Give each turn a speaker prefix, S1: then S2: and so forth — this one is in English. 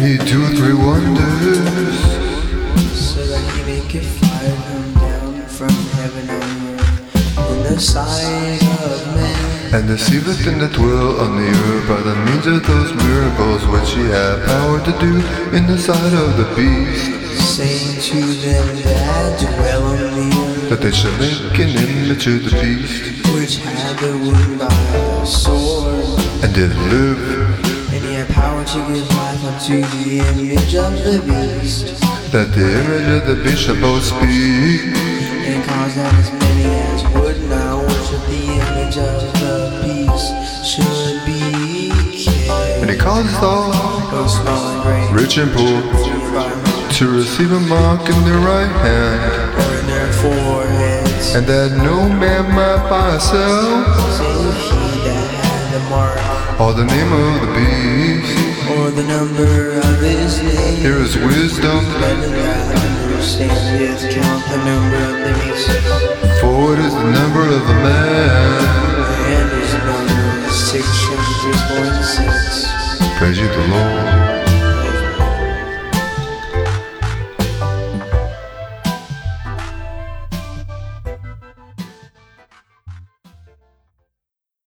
S1: need two or three wonders.
S2: So that he may give fire come down from heaven on earth in the sight of men.
S1: And deceiveth in the twirl on the earth by the means of those miracles which he had power to do in the sight of the beast,
S2: Saying to them that dwell on the
S1: that they should make an image of the beast,
S2: earth, which had the wound by the sword,
S1: and did live,
S2: and he had power to give life unto the image of the beast,
S1: that the image of the beast shall both speak.
S2: and caused that as many as would not worship the image of the beast should be
S1: And
S2: killed.
S1: he caused all,
S2: Both small and great,
S1: rich and poor,
S2: environment,
S1: to receive a mark in their right hand,
S2: or in their foreheads.
S1: and that no man might buy or sell,
S2: Say he that had the mark
S1: or the name of the beast.
S2: or the number of his name.
S1: Here is wisdom,
S2: Let him that understandeth count the number of the beast,
S1: for it is the number of a man.
S2: and his number is six hundred and six.
S1: Praise you, the Lord.